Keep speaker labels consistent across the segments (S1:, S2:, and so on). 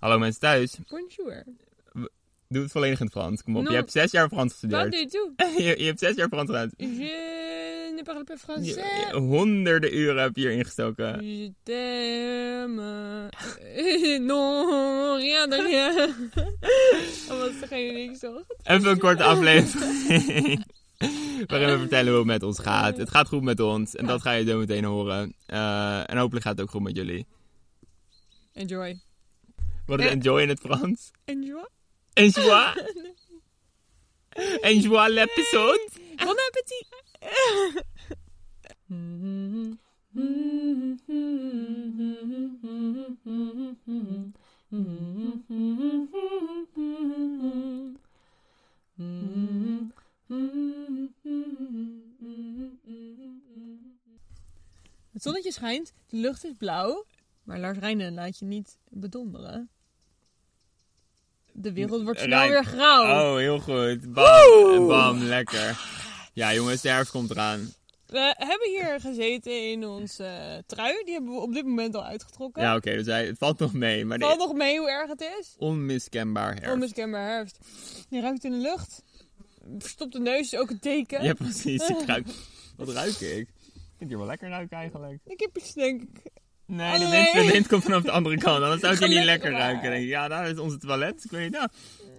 S1: Hallo mensen thuis.
S2: Bonjour.
S1: Doe het volledig in het Frans. Kom op.
S2: Non.
S1: Je hebt zes jaar Frans
S2: Pas
S1: gestudeerd.
S2: du tout.
S1: Je, je hebt zes jaar Frans gedaan.
S2: Oh, Je ne parle pas
S1: Je-
S2: français.
S1: je- honderden uren heb je hier ingestoken.
S2: Je t'aime. Euh, non, rien de rien. Dat was degene die ik zocht.
S1: Even een korte aflevering. Waarin we vertellen hoe het met ons gaat. Het gaat goed met ons. En dat ga je zo meteen horen. Eh, en hopelijk gaat het ook goed met jullie.
S2: Enjoy.
S1: Wat is
S2: Eh.
S1: enjoy in het Frans?
S2: Enjoy.
S1: Enjoy? Enjoy l'épisode?
S2: Bon appétit. Het zonnetje schijnt, de lucht is blauw, maar Lars Rijnen laat je niet bedonderen. De wereld wordt snel
S1: Rijn.
S2: weer grauw.
S1: Oh, heel goed. Bam. Bam, lekker. Ja jongens, de herfst komt eraan.
S2: We hebben hier gezeten in onze eh, trui. Die hebben we op dit moment al uitgetrokken.
S1: Ja, oké, dus hij, het valt nog mee, maar
S2: Valt
S1: de
S2: nog mee hoe erg het is.
S1: onmiskenbaar herfst.
S2: Onmiskenbaar herfst. Je ruikt in de lucht. Verstopte neus is ook een teken.
S1: Ja, precies. Ik ruik... Wat ruik ik? Ik vind hier wel lekker ruiken eigenlijk.
S2: De kippers denk ik.
S1: Nee, de
S2: Allee.
S1: wind, de wind komt vanaf de andere kant. Anders zou ik hier niet
S2: Oh, Gelukkig
S1: lekker
S2: maar.
S1: ruiken. Denk ik, ja, daar is onze toilet. Ik weet niet, nou,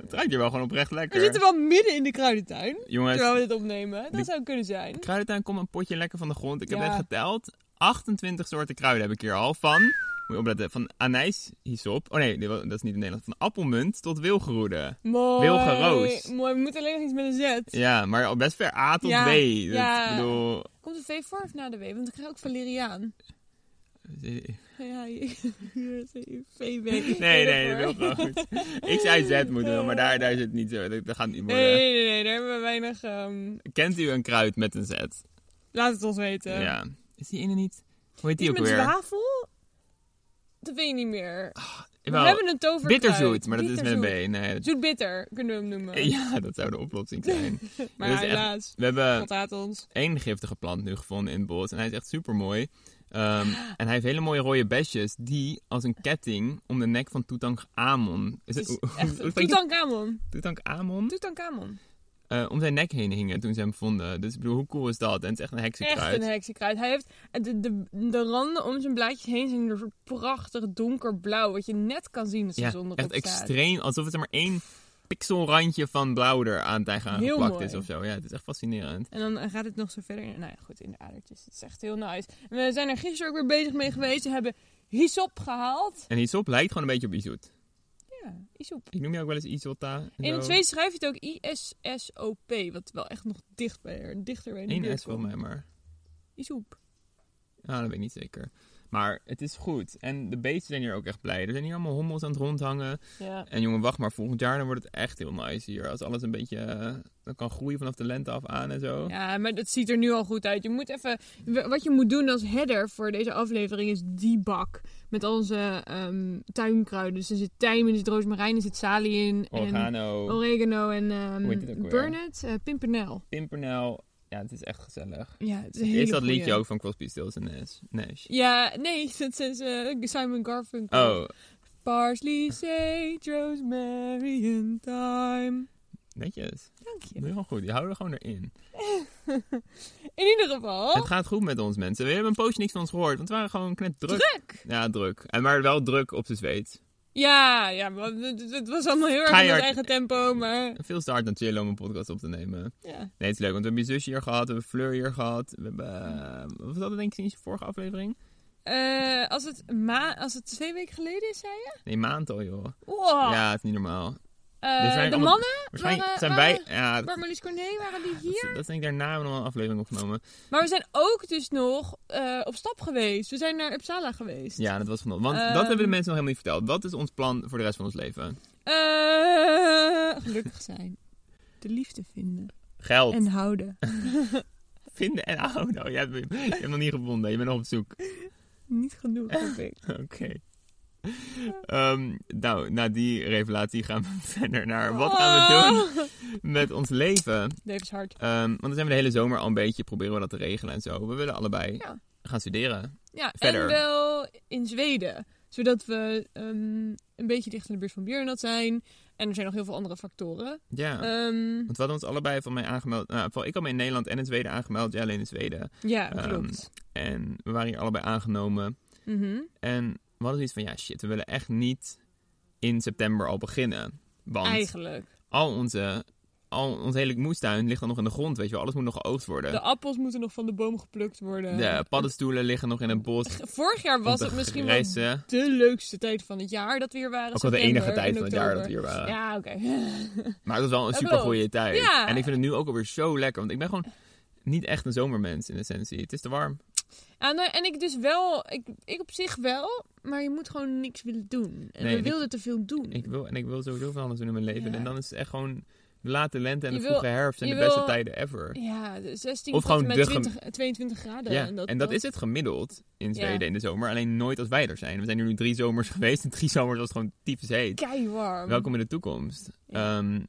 S1: het ruikt hier wel gewoon oprecht
S2: We
S1: lekker.
S2: zitten wel midden in de kruidentuin. Terwijl
S1: Jongens,
S2: we dit opnemen. Dat
S1: Die-
S2: zou kunnen zijn.
S1: kruidentuin komt een potje lekker van de grond. Ik heb
S2: Ja.
S1: net geteld. 28 soorten kruiden heb ik hier al. Van, moet je opletten, van anijs, hyssop. Oh nee, dit wa- dat is niet in Nederland. Van appelmunt tot wilgeroede.
S2: Mooi.
S1: Wilge Roos.
S2: Mooi. We moeten alleen nog iets met een Z.
S1: Ja, maar al best ver A tot
S2: Ja,
S1: B. Dus
S2: ja.
S1: Ik bedoel...
S2: Komt de V voor of na de W? Want ik krijg ook valeriaan.
S1: eh,
S2: Ja, hier hier is een VW.
S1: Nee, nee, dat wil gewoon goed. Ik zei Z moeten we, maar daar, daar zit het niet zo. Dat, dat gaat niet worden.
S2: Nee, nee, nee, nee, daar hebben we weinig. ehm,
S1: Kent u een kruid met een Z?
S2: laat het ons weten.
S1: Ja. Is die ene niet? Hoe heet die ook
S2: met
S1: weer?
S2: zwavel? Dat weet ik niet meer.
S1: Wel,
S2: we hebben een toverkruid.
S1: bitterzoet, maar dat is met een
S2: Bitterzoet.
S1: B. Nee, dat-
S2: Zoetbitter kunnen we hem noemen.
S1: ja, dat zou de oplossing zijn.
S2: maar
S1: dat is echt- Oh.
S2: helaas,
S1: We hebben
S2: onthaat ons.
S1: één giftige plant nu gevonden in het bos. En hij is echt super mooi. en hij heeft hele mooie rode besjes die als een ketting om de nek van Tutankhamon. Is
S2: Het
S1: het,
S2: is
S1: hoe- hoe-
S2: echt-
S1: hoe spreek je-
S2: Tutankhamon.
S1: Tutankhamon?
S2: Tutankhamon.
S1: eh, om zijn nek heen hingen toen ze hem vonden. Dus ik bedoel, hoe cool is dat? En het is echt een
S2: Echt
S1: heksenkruid.
S2: een heksenkruid. Hij heeft eh, de, de, de randen om zijn blaadjes heen zijn een soort prachtig donkerblauw. Wat je net kan zien als de zon
S1: ja,
S2: erop
S1: echt
S2: staat.
S1: extreem. Alsof het er maar één pixelrandje van blauw er aan het eigen
S2: Heel
S1: geplakt
S2: mooi.
S1: is of zo. Ja, het is echt fascinerend.
S2: En dan eh, gaat het nog zo verder. in- Nou ja, goed, in de adertjes. Het is echt heel nice. En we zijn er gisteren ook weer bezig mee geweest. We hebben hyssop gehaald.
S1: En Isop lijkt gewoon een beetje op Izoet.
S2: Ja, hyssop.
S1: Ik noem je ook wel eens Isolta.
S2: In het Zweeds schrijf je het ook ISSOP, wat wel echt nog dicht bij er, dichter bij in de
S1: Eén
S2: buurt
S1: S volgens mij, maar...
S2: komt. Isoep.
S1: Nou, dat weet ik niet zeker. Maar het is goed. En de beesten zijn hier ook echt blij. Er zijn hier allemaal hommels aan het rondhangen.
S2: Ja.
S1: En jongen, wacht maar. Volgend jaar dan wordt het echt heel nice hier. Als alles een beetje... eh, dan kan groeien vanaf de lente af aan en zo.
S2: ja, maar dat ziet er nu al goed uit. Je moet even, w- wat je moet doen als header voor deze aflevering is die bak met al onze ehm, tuinkruiden. Dus er zit tijm in, er zit rozemarijn, er zit salie in.
S1: Organo.
S2: En Oh. oregano en
S1: Hoe heet het ook
S2: ehm
S1: alweer?
S2: burnet, eh, pimpernel.
S1: Pimpernel. Ja, het is echt gezellig.
S2: Ja, het is, een
S1: Is
S2: hele
S1: dat
S2: goeie.
S1: liedje ook van Crosby, Stills en Nash? Nash.
S2: Ja, nee, dat is eh, Simon Garfunkel.
S1: Oh,
S2: Parsley, sage, rosemary and thyme.
S1: netjes.
S2: Dank je.
S1: Doe je gewoon goed. Die houden we gewoon erin.
S2: In ieder geval.
S1: Het gaat goed met ons, mensen. We hebben een poosje niks van ons gehoord, want we waren gewoon net druk.
S2: Druk!
S1: Ja, druk. En maar wel druk op de zweet.
S2: Ja, ja maar het, het- het was allemaal heel erg in
S1: Keihard.
S2: ons eigen tempo, maar...
S1: En Veel te hard aan het chillen om een podcast op te nemen.
S2: Ja.
S1: Nee, het is leuk, want we hebben je zusje hier gehad, we hebben Fleur hier gehad. We hebben... eh, Wat was dat denk ik sinds je vorige aflevering?
S2: Eh, als, het ma als het twee weken geleden is, zei je?
S1: Nee, maand al, joh.
S2: Wow.
S1: Ja, het is niet normaal.
S2: Eh,
S1: Er zijn
S2: de
S1: allemaal-
S2: mannen,
S1: Waarschijnlijk
S2: Oh. Waren-
S1: zijn wij... Ja, dat,
S2: waar Marlies Corné, waren die
S1: dat,
S2: hier?
S1: dat is denk ik daarna hebben we nog wel een aflevering opgenomen.
S2: Maar we zijn ook dus nog eh, op stap geweest. We zijn naar Uppsala geweest.
S1: Ja, dat was van ons. Want
S2: Ehm.
S1: dat hebben de mensen nog helemaal niet verteld. Wat is ons plan voor de rest van ons leven?
S2: Eh, gelukkig zijn. De liefde vinden.
S1: Geld.
S2: En houden.
S1: Vinden en houden. Oh, jij hebt, je hebt hem nog niet gevonden. Je bent nog op zoek.
S2: Niet genoeg, hoop ik.
S1: Oké. Ehm, nou, na die revelatie gaan we verder naar wat gaan we
S2: doen?
S1: doen met ons leven.
S2: Davis hard.
S1: Ehm, want dan zijn we de hele zomer al een beetje proberen we dat te regelen en zo. We willen allebei
S2: Ja.
S1: gaan studeren.
S2: Ja,
S1: Verder.
S2: en wel in Zweden. Zodat we ehm, een beetje dicht in de buurt van Björnat zijn. En er zijn nog heel veel andere factoren.
S1: Ja.
S2: Ehm,
S1: want we hadden ons allebei van mij aangemeld. Nou, in ieder geval, ik had me in Nederland en in Zweden aangemeld. Jij alleen in Zweden.
S2: ja,
S1: ehm,
S2: klopt.
S1: En we waren hier allebei aangenomen.
S2: Mhm.
S1: En we hadden zoiets van, ja shit, we willen echt niet in september al beginnen. Want
S2: Eigenlijk.
S1: al onze... Al ons hele moestuin ligt dan nog in de grond, weet je wel. Alles moet nog geoogd worden.
S2: De appels moeten nog van de boom geplukt worden.
S1: De paddenstoelen liggen nog in het bos.
S2: Vorig jaar was
S1: Om
S2: het
S1: te
S2: misschien wel
S1: grijzen.
S2: de leukste tijd van het jaar dat we hier waren.
S1: Ook wel de
S2: september
S1: enige tijd
S2: en
S1: van het jaar dat we
S2: oktober.
S1: hier waren.
S2: Ja, oké.
S1: Maar het was wel een
S2: Dat
S1: super goede
S2: klopt.
S1: tijd.
S2: Ja.
S1: En ik vind het nu ook alweer zo lekker. Want ik ben gewoon niet echt een zomermens in essentie. Het is te warm.
S2: Ja, nou, en ik dus wel, ik, ik op zich wel, maar je moet gewoon niks willen doen. En
S1: Nee,
S2: we
S1: ik-
S2: wilden te veel doen.
S1: Ik wil, en ik wil sowieso van alles doen in mijn leven.
S2: Ja.
S1: En dan is het echt gewoon de late lente en de
S2: Je wil-
S1: vroege herfst zijn de
S2: je
S1: beste
S2: wil-
S1: tijden ever.
S2: ja, de 16
S1: Of
S2: tot en
S1: gewoon
S2: met
S1: de gem-
S2: 20, 22 graden.
S1: Ja, en dat, is het gemiddeld in Zweden in de zomer. Alleen nooit als wij er zijn. We zijn hier nu drie zomers geweest. En drie zomers was het gewoon tyfus heet.
S2: keiwarm.
S1: Welkom in de toekomst.
S2: Ehm, Ja.
S1: Ehm,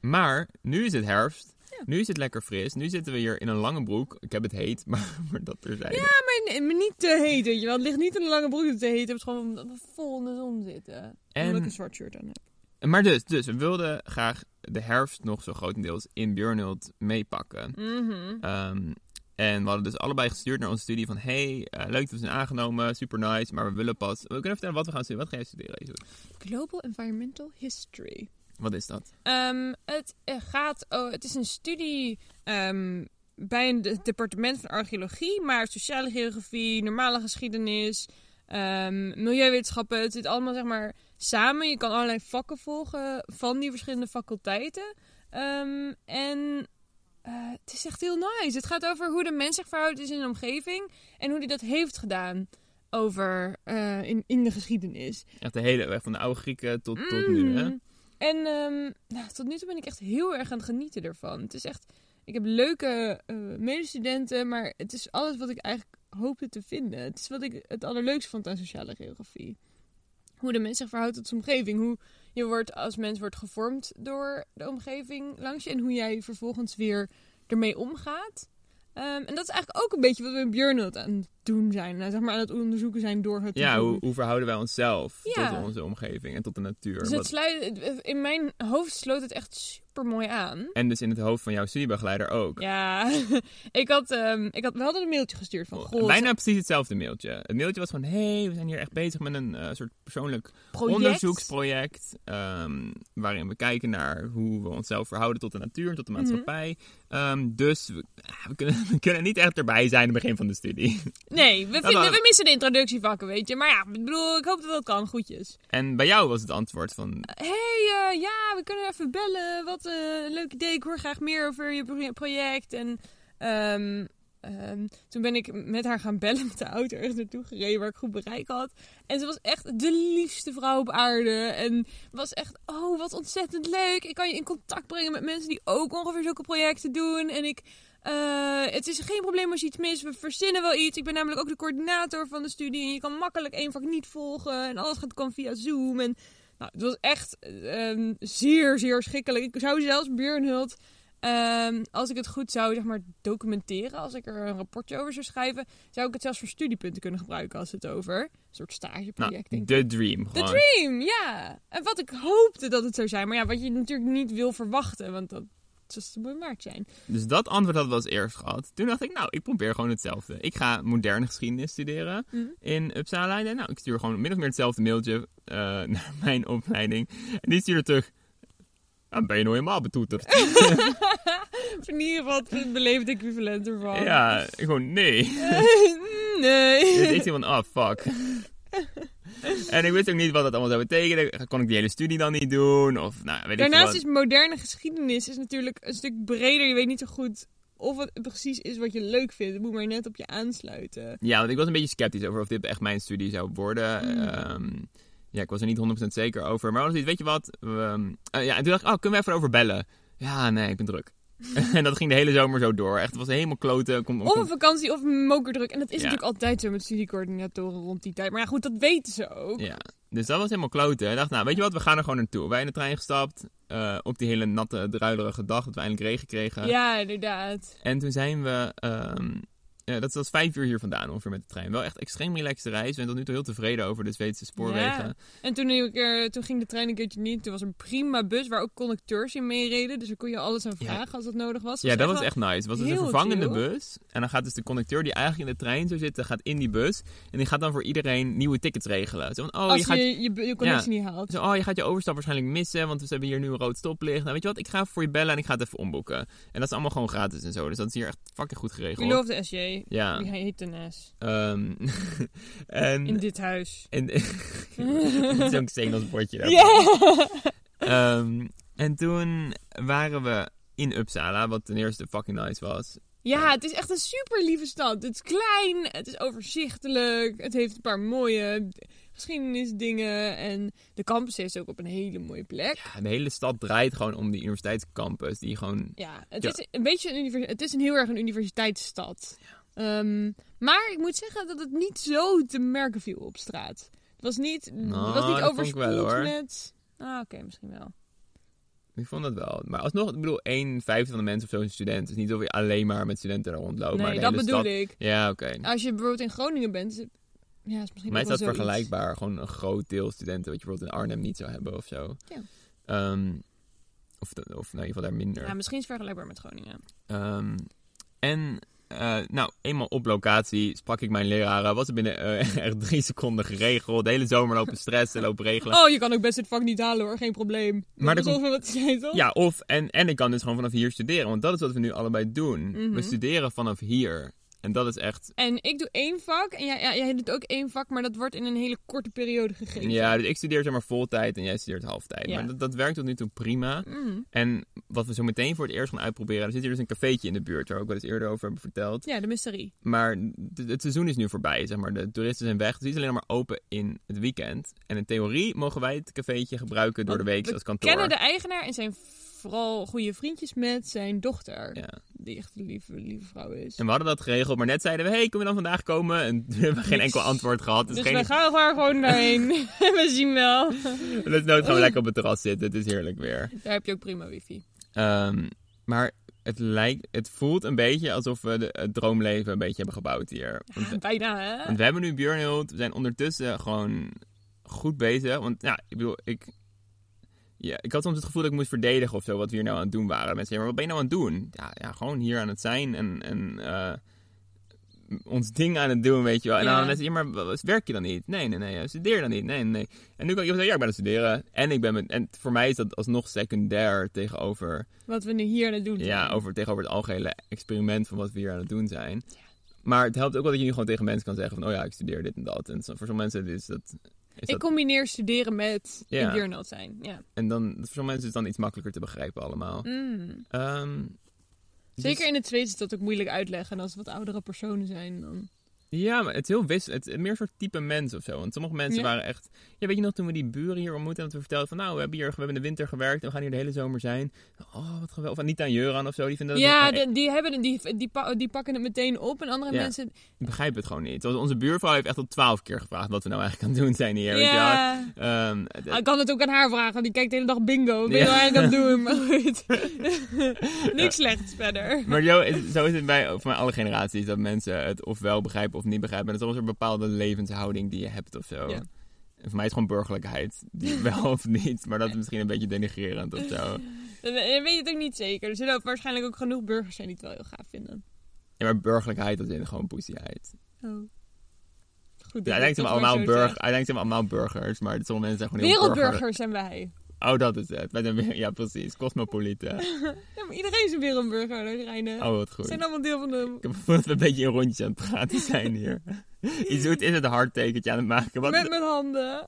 S1: maar nu is het herfst.
S2: Ja.
S1: Nu is het lekker fris. Nu zitten we hier in een lange broek. Ik heb het heet, maar, maar dat er zijn.
S2: Ja, maar, nee, maar niet te heet, weet je wel. Het ligt niet in een lange broek dat het te heet. Het is gewoon omdat we vol in de zon zitten. En... Omdat ik een
S1: En,
S2: zwart shirt aan heb.
S1: maar dus, dus, we wilden graag de herfst nog zo grotendeels in Björnhult meepakken.
S2: Mhm.
S1: Ehm, en we hadden dus allebei gestuurd naar onze studie van... Hey, eh, leuk dat we zijn aangenomen, super nice, maar we willen pas... We kunnen vertellen wat we gaan studeren. Wat ga jij studeren, Isoet?
S2: Global Environmental History.
S1: Wat is dat?
S2: Ehm, het eh, gaat, oh, het is een studie ehm, bij een de- departement van archeologie, maar sociale geografie, normale geschiedenis, ehm, milieuwetenschappen, het zit allemaal zeg maar samen. Je kan allerlei vakken volgen van die verschillende faculteiten. Ehm, en eh, het is echt heel nice. Het gaat over hoe de mens zich verhoudt is in een omgeving en hoe die dat heeft gedaan over, eh, in, in de geschiedenis.
S1: Echt de hele weg van de oude Grieken tot, tot nu, hè?
S2: Mm. En ehm, nou, tot nu toe ben ik echt heel erg aan het genieten ervan. Het is echt, ik heb leuke eh, medestudenten, maar het is alles wat ik eigenlijk hoopte te vinden. Het is wat ik het allerleukst vond aan sociale geografie. Hoe de mens zich verhoudt tot zijn omgeving. Hoe je wordt als mens wordt gevormd door de omgeving langs je. En hoe jij vervolgens weer ermee omgaat. Ehm, en dat is eigenlijk ook een beetje wat we in Björnhout aan het doen zijn. Nou, zeg maar aan het onderzoeken zijn door het te
S1: Ja,
S2: doen.
S1: hoe, hoe verhouden wij onszelf
S2: Ja.
S1: tot onze omgeving en tot de natuur?
S2: Dus
S1: Wat-
S2: het sluit, in mijn hoofd sloot het echt super mooi aan.
S1: En dus in het hoofd van jouw studiebegeleider ook.
S2: Ja, ik had, ehm, ik had, we hadden een mailtje gestuurd van goh,
S1: Bijna precies hetzelfde mailtje. Het mailtje was van, hey, we zijn hier echt bezig met een eh, soort persoonlijk
S2: project.
S1: onderzoeksproject. ehm, waarin we kijken naar hoe we onszelf verhouden tot de natuur, tot de
S2: Mhm.
S1: maatschappij. Ehm, dus we, ah, we kunnen, we kunnen niet echt erbij zijn aan het begin van de studie.
S2: Nee, we, vinden,
S1: waren-
S2: we missen de introductievakken, weet je. Maar ja, ik bedoel, ik hoop dat dat kan, goedjes.
S1: En bij jou was het antwoord van,
S2: Hé, hey, eh, ja, we kunnen even bellen. Wat eh, een leuk idee. Ik hoor graag meer over je pro- project. En ehm, ehm, toen ben ik met haar gaan bellen met de auto ergens naartoe gereden waar ik goed bereik had. En ze was echt de liefste vrouw op aarde. En was echt, oh, wat ontzettend leuk. Ik kan je in contact brengen met mensen die ook ongeveer zulke projecten doen. En ik... eh, het is geen probleem als je iets mist. We verzinnen wel iets. Ik ben namelijk ook de coördinator van de studie. En je kan makkelijk één vak niet volgen. En alles gaat, kan via Zoom. En nou, het was echt ehm, zeer, zeer schikkelijk. Ik zou zelfs Björnhult, ehm, als ik het goed zou zeg maar, documenteren, als ik er een rapportje over zou schrijven, zou ik het zelfs voor studiepunten kunnen gebruiken als het over. Een soort
S1: nou,
S2: stageproject, denk ik.
S1: de dream.
S2: The
S1: Gewoon.
S2: Dream, ja. En wat ik hoopte dat het zou zijn. Maar ja, wat je natuurlijk niet wil verwachten, want dat zou te mooi waard zijn.
S1: Dus dat antwoord hadden we als eerst gehad. Toen dacht ik, nou, ik probeer gewoon hetzelfde. Ik ga moderne geschiedenis studeren
S2: Mhm.
S1: in Uppsala. En nou, ik stuur gewoon min of meer hetzelfde mailtje eh, naar mijn opleiding. En die stuurde terug, "Ah, ben je nou helemaal betoeterd?
S2: Of in ieder geval het beleefd equivalent ervan.
S1: Ja, gewoon nee. Dus
S2: nee.
S1: ik zei van, ah, fuck. en ik wist ook niet wat dat allemaal zou betekenen. Kon ik die hele studie dan niet doen? Of, nou, weet ik
S2: Daarnaast
S1: veel
S2: is moderne geschiedenis is natuurlijk een stuk breder. Je weet niet zo goed of het precies is wat je leuk vindt. Het moet maar net op je aansluiten.
S1: wat. Ja, want ik was een beetje sceptisch over of dit echt mijn studie zou worden.
S2: Mm.
S1: Ehm, ja, ik was er niet 100% zeker over. Maar we hadden zoiets, weet je wat? We, ehm, eh, ja, en toen dacht ik, oh, kunnen we even over bellen? Ja, nee, ik ben druk. en dat ging de hele zomer zo door. Echt, het was helemaal kloten. Kom,
S2: Of een vakantie of een mokerdruk. En dat is
S1: Ja.
S2: natuurlijk altijd zo met studiecoördinatoren rond die tijd. Maar ja, goed, dat weten ze ook.
S1: Ja, dus dat was helemaal kloten. Ik dacht, nou, weet je wat, we gaan er gewoon naartoe. Wij in de trein gestapt. eh, op die hele natte, druilerige dag dat we eindelijk regen kregen.
S2: Ja, inderdaad.
S1: En toen zijn we ehm, eh, dat is dat vijf uur hier vandaan ongeveer met de trein. Wel echt extreem relaxed reis. Ik ben tot nu toe heel tevreden over de Zweedse spoorwegen.
S2: Ja. En toen, ik er, toen ging de trein een keertje niet. Toen was er een prima bus waar ook conducteurs in meereden. Dus daar kon je alles aan
S1: Ja.
S2: vragen als dat nodig was.
S1: Ja, dat was
S2: wel-
S1: echt nice. Het was dus een
S2: heel
S1: vervangende
S2: chill.
S1: bus. En dan gaat dus de conducteur die eigenlijk in de trein zou zitten, gaat in die bus. En die gaat dan voor iedereen nieuwe tickets regelen. Zo van, oh,
S2: als
S1: je gaat...
S2: je je, je connectie niet haalt.
S1: Zo, oh, je gaat je overstap waarschijnlijk missen, want we hebben hier nu een rood stoplicht. Nou, weet je wat, ik ga even voor je bellen en ik ga het even omboeken. En dat is allemaal gewoon gratis en zo. Dus dat is hier echt fucking goed
S2: You
S1: geregeld.
S2: love the SJ.
S1: Ja.
S2: Die heet de NS.
S1: Ehm, en...
S2: In dit huis.
S1: en met Zo'n xenosbordje daar. Ehm, en toen waren we in Uppsala, wat ten eerste fucking nice was.
S2: Ja, het is echt een super lieve stad. Het is klein, het is overzichtelijk, het heeft een paar mooie geschiedenisdingen. En de campus is ook op een hele mooie plek.
S1: Ja, de hele stad draait gewoon om die universiteitscampus. Die gewoon...
S2: Ja, het,
S1: Ja.
S2: Is een beetje een univers- het is een heel erg een universiteitsstad. Ehm, maar ik moet zeggen dat het niet zo te merken viel op straat. Het was niet,
S1: Nou,
S2: het was niet
S1: dat vond ik wel,
S2: overspoeld
S1: hoor.
S2: met... Ah, oké, misschien wel.
S1: Ik vond dat wel. Maar alsnog, ik bedoel, 1 vijfde van de mensen of zo is een student. Het is niet alsof je alleen maar met studenten er rondloopt. Oh, maar
S2: nee,
S1: de
S2: dat
S1: hele
S2: bedoel
S1: stad...
S2: ik.
S1: Ja, oké.
S2: Als je bijvoorbeeld in Groningen bent... is- Ja, is misschien
S1: Maar
S2: ook
S1: is dat
S2: wel zoiets.
S1: vergelijkbaar? Gewoon een groot deel studenten, wat je bijvoorbeeld in Arnhem niet zou hebben of zo.
S2: Ja.
S1: Ehm, of, de- of in ieder geval daar minder.
S2: Ja, misschien is het vergelijkbaar met Groningen.
S1: Ehm, en eh, nou, eenmaal op locatie sprak ik mijn leraren. Was er binnen eh, echt drie seconden geregeld. De hele zomer lopen stressen, lopen regelen.
S2: Oh, je kan ook best het vak niet halen hoor, geen probleem.
S1: Maar
S2: Maar
S1: er
S2: dat is ongeveer wat jij toch?
S1: Ja, of en, en ik kan dus gewoon vanaf hier studeren. Want dat is wat we nu allebei doen.
S2: Mhm.
S1: We studeren vanaf hier. En dat is echt.
S2: En ik doe één vak en jij, ja, jij doet ook één vak, maar dat wordt in een hele korte periode gegeven.
S1: Ja, dus ik studeer zeg maar voltijd en jij studeert halftijd.
S2: Ja.
S1: Maar dat, dat werkt tot nu toe prima.
S2: Mm.
S1: En wat we zo meteen voor het eerst gaan uitproberen. Er zit hier dus een cafeetje in de buurt, waar we ook wel eens eerder over hebben verteld.
S2: Ja, de mysterie.
S1: Maar d- het seizoen is nu voorbij, zeg maar. De toeristen zijn weg. Dus die is alleen nog maar open in het weekend. En in theorie mogen wij het cafeetje gebruiken door de
S2: Want
S1: week
S2: Oh, we
S1: als kantoor.
S2: Kennen de eigenaar en zijn vooral goede vriendjes met zijn dochter.
S1: Ja.
S2: Die echt een lieve, lieve vrouw is.
S1: En we hadden dat geregeld, maar net zeiden we: hey, kom je dan vandaag komen? En we hebben geen enkel antwoord gehad. Dus
S2: Dus
S1: geen
S2: we gaan er gewoon naarheen. we zien wel.
S1: Dus nooit gaan we lekker op het terras zitten. Het is heerlijk weer.
S2: Daar heb je ook prima wifi.
S1: Ehm, maar het, lijkt, het voelt een beetje alsof we de, het droomleven een beetje hebben gebouwd hier. Want, we-
S2: Bijna hè?
S1: want we hebben nu Björnhult. We zijn ondertussen gewoon goed bezig. Want ja, ik bedoel, ik... Ja, ik had soms het gevoel dat ik moest verdedigen of zo, wat we hier nou aan het doen waren. Mensen zeiden, maar wat ben je nou aan het doen? Ja, ja gewoon hier aan het zijn en, en eh, ons ding aan het doen, weet je wel. En
S2: Ja.
S1: dan hadden mensen, ja, maar wa- wat- werk je dan niet? Nee, nee, nee, eh, studeer dan niet? Nee, nee, nee. En nu kan ik zeggen, ja, ik ben aan het studeren. En, ik ben met, en voor mij is dat alsnog secundair tegenover,
S2: Wat we nu hier aan het doen
S1: ja,
S2: zijn.
S1: over, tegenover het algehele experiment van wat we hier aan het doen zijn. Maar het helpt ook wel dat je nu gewoon tegen mensen kan zeggen van, oh ja, ik studeer dit en dat. En zo- voor sommige mensen is dat... Is
S2: Ik
S1: dat
S2: combineer studeren met
S1: Ja.
S2: in burn zijn. Ja.
S1: en dan, voor sommige mensen is het dan iets makkelijker te begrijpen allemaal.
S2: Mm.
S1: Ehm, dus-
S2: Zeker in het Zweeds is dat ook moeilijk uitleggen. En als het wat oudere personen zijn, dan...
S1: Ja, maar het is heel wist, het is meer een soort type mens of zo. Want sommige mensen
S2: Ja.
S1: waren echt. Ja, weet je nog toen we die buren hier ontmoetten en dat we vertelden van, nou, we hebben hier, we hebben in de winter gewerkt en we gaan hier de hele zomer zijn. Oh, wat geweldig. Of niet aan Juran of zo. Die vinden dat
S2: ja,
S1: ik
S2: de- die, hebben, die, die, pa- die pakken het meteen op. En andere
S1: Ja.
S2: mensen...
S1: begrijp het gewoon niet. Zoals onze buurvrouw heeft echt al twaalf keer gevraagd wat we nou eigenlijk aan het doen zijn hier.
S2: Ja,
S1: weet je wel. Ehm, het-
S2: ik kan het ook aan haar vragen. want Die kijkt de hele dag bingo. Wat ben je
S1: Ja.
S2: nou eigenlijk aan het doen? Maar goed. Niks slechts verder.
S1: Maar zo is, zo is het bij, voor mij alle generaties dat mensen het ofwel begrijpen of niet begrijpen. En dat is soms een bepaalde levenshouding die je hebt of zo.
S2: Ja.
S1: En voor mij is het gewoon burgerlijkheid. Die wel of niet, maar dat is misschien een beetje denigrerend of zo.
S2: Dan, dan weet je het ook niet zeker. Er zullen ook waarschijnlijk ook genoeg burgers zijn die het wel heel gaaf vinden.
S1: Ja, maar burgerlijkheid dat is in gewoon poesieheid.
S2: Oh. Goed,
S1: Ja, uiteindelijk zijn, we allemaal burg, uiteindelijk zijn we allemaal burgers, maar sommige mensen zijn gewoon heel burgerlijk.
S2: Wereldburgers eh, zijn wij.
S1: Oh, dat is het. Wij zijn weer- ja, precies. Cosmopolieten.
S2: Ja, maar iedereen is een wereldburger. daar Reine.
S1: Oh, wat
S2: We
S1: goed.
S2: zijn allemaal deel van de...
S1: Ik heb het gevoel dat we een beetje in rondjes aan het praten zijn hier. Iets doet is het een hardtekentje aan het maken.
S2: Met
S1: Wat,
S2: mijn handen.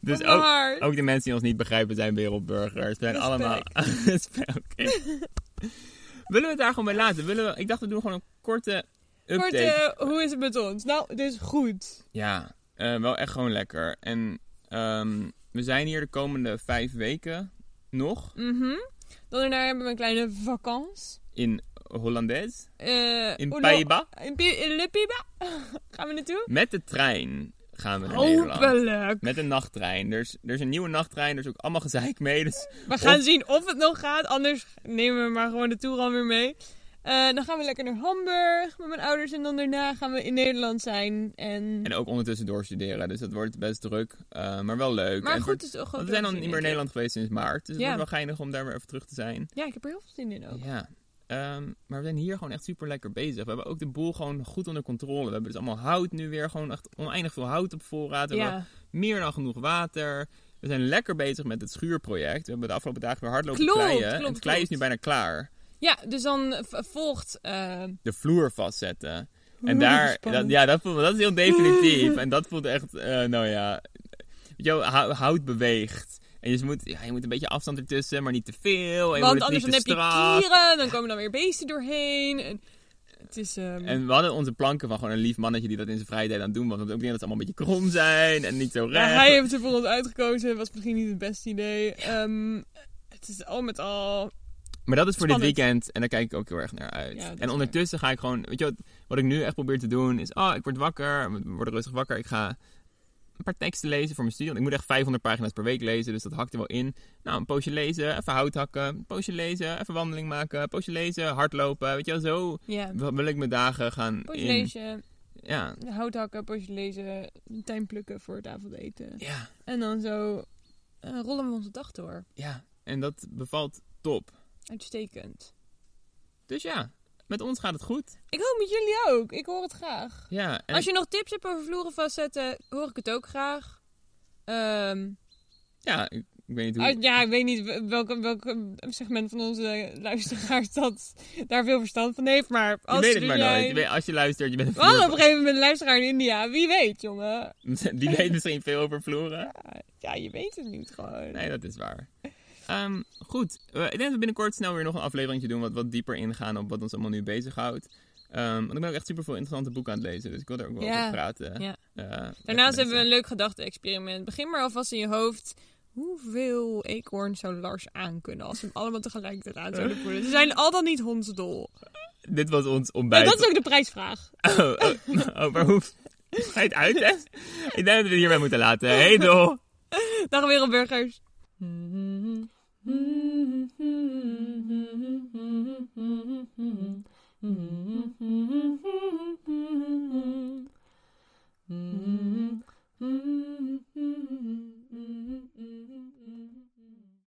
S1: dus
S2: van mijn
S1: ook,
S2: hart.
S1: ook de mensen die ons niet begrijpen zijn wereldburgers. We zijn
S2: Respect.
S1: allemaal... Respect, Oké. Willen we het daar gewoon bij laten? Willen we, ik dacht, we doen gewoon een korte update.
S2: Kort, eh, hoe is het met ons? Nou, het is goed.
S1: Ja, eh, wel echt gewoon lekker. En ehm, we zijn hier de komende vijf weken nog
S2: Mhm. Dan daarna hebben we een kleine vakantie.
S1: in Hollandaise,
S2: Eh,
S1: in
S2: Oelo-
S1: Paiba.
S2: In, Pi- in Le Piba. Gaan we naartoe?
S1: Met de trein gaan we naar Nederland.
S2: Hopelijk.
S1: Met een nachttrein. Er is, er is een nieuwe nachttrein, er is ook allemaal gezeik mee. Dus
S2: We gaan zien of het nog gaat. Anders nemen we maar gewoon de tour alweer mee. Ehm, Eh, dan gaan we lekker naar Hamburg met mijn ouders. En dan daarna gaan we in Nederland zijn. En...
S1: En ook ondertussen doorstuderen. Dus dat wordt best druk, eh, maar wel leuk.
S2: maar
S1: En
S2: goed,
S1: voor-
S2: het is toch ook
S1: want we
S2: leuk
S1: zijn dan
S2: om
S1: niet meer in
S2: te zien.
S1: Nederland geweest sinds maart. Dus
S2: Ja. Oh.
S1: het wordt wel geinig om daar weer even terug te zijn.
S2: Ja, ik heb er heel veel zin in ook.
S1: Ja. Ehm, maar we zijn hier gewoon echt super lekker bezig. We hebben ook de boel gewoon goed onder controle. We hebben dus allemaal hout nu weer. Gewoon echt oneindig veel hout op voorraad. We hebben
S2: Ja,
S1: meer dan genoeg water. We zijn lekker bezig met het schuurproject. We hebben de afgelopen dagen weer hard lopen
S2: Klopt,
S1: kleien.
S2: klopt,
S1: en het klei is
S2: klopt.
S1: nu bijna klaar.
S2: ja dus dan v- volgt... eh,
S1: De vloer vastzetten. En
S2: Oeh,
S1: daar,
S2: spannend.
S1: dat, ja, dat, voelde, dat is heel definitief. en dat voelt echt, eh, nou ja, weet je wel, hou- hout beweegt. En dus moet, ja, je moet een beetje afstand ertussen, maar niet te veel. En je moet
S2: Want
S1: het
S2: anders dan
S1: niet
S2: heb
S1: te
S2: je
S1: straf.
S2: kieren, dan komen dan weer beesten doorheen. En het is... ehm,
S1: En we hadden onze planken van gewoon een lief mannetje die dat in zijn vrije tijd aan het doen was. Want ook denk dat ze allemaal een beetje krom zijn en niet zo
S2: ja,
S1: recht.
S2: hij heeft er voor ons uitgekozen, was misschien niet het beste idee. Ehm, het is al met al...
S1: Maar dat is voor
S2: Spannend.
S1: dit weekend en daar kijk ik ook heel erg naar uit.
S2: Ja, dat is
S1: en ondertussen ga ik gewoon, weet je wat, wat ik nu echt probeer te doen is, oh, ik word wakker, we worden rustig wakker. Ik ga een paar teksten lezen voor mijn studie, want ik moet echt 500 pagina's per week lezen, dus dat hakt er wel in. Nou, een poosje lezen, even hout hakken, een poosje lezen, even wandeling maken, een poosje lezen, hardlopen, weet je wel, zo
S2: Ja.
S1: wil wil ik mijn dagen gaan
S2: Poosje
S1: in.
S2: lezen,
S1: Ja,
S2: hout hakken, poosje lezen, tuin plukken voor het avondeten.
S1: ja,
S2: En dan zo eh, rollen we onze dag door.
S1: ja. En dat bevalt top.
S2: Uitstekend.
S1: Dus ja, met ons gaat het goed.
S2: Ik hoop met jullie ook. Ik hoor het graag.
S1: Ja, en
S2: Als je nog tips hebt over vloeren vastzetten, hoor ik het ook graag. Ehm,
S1: ja, ik, ik weet niet hoe...
S2: uit- ja, ik weet niet wel- welk, welk segment van onze luisteraars dat daar veel verstand van heeft. Maar als
S1: Je weet het maar
S2: jij-
S1: nooit. Je weet- als je luistert, je bent een
S2: We hadden op
S1: vloer-
S2: een gegeven moment een luisteraar in India. Wie weet, jongen.
S1: Die weet misschien veel over vloeren.
S2: Ja, Ja, je weet het niet gewoon.
S1: Nee, dat is waar. Ehm, goed, Eh, ik denk dat we binnenkort snel weer nog een afleveringje doen. Wat, wat dieper ingaan op wat ons allemaal nu bezighoudt. Ehm, want ik ben ook echt super veel interessante boeken aan het lezen. Dus ik wil daar ook wel
S2: Ja.
S1: over praten.
S2: Ja.
S1: Eh, met
S2: Daarnaast hebben we
S1: mensen.
S2: een leuk gedachte-experiment. Begin maar alvast in je hoofd. Hoeveel eekhoorns zou Lars aankunnen als we hem allemaal tegelijkertijd aan zouden voelen? Ze zijn al dan niet hondsdol.
S1: Dit was ons
S2: En
S1: ontbijt.
S2: dat is ook de prijsvraag.
S1: Oh, oh, oh, maar hoe... Ga je het uit, hè? Ik denk dat we het hierbij moeten laten. Hey, doel!
S2: Dag wereldburgers.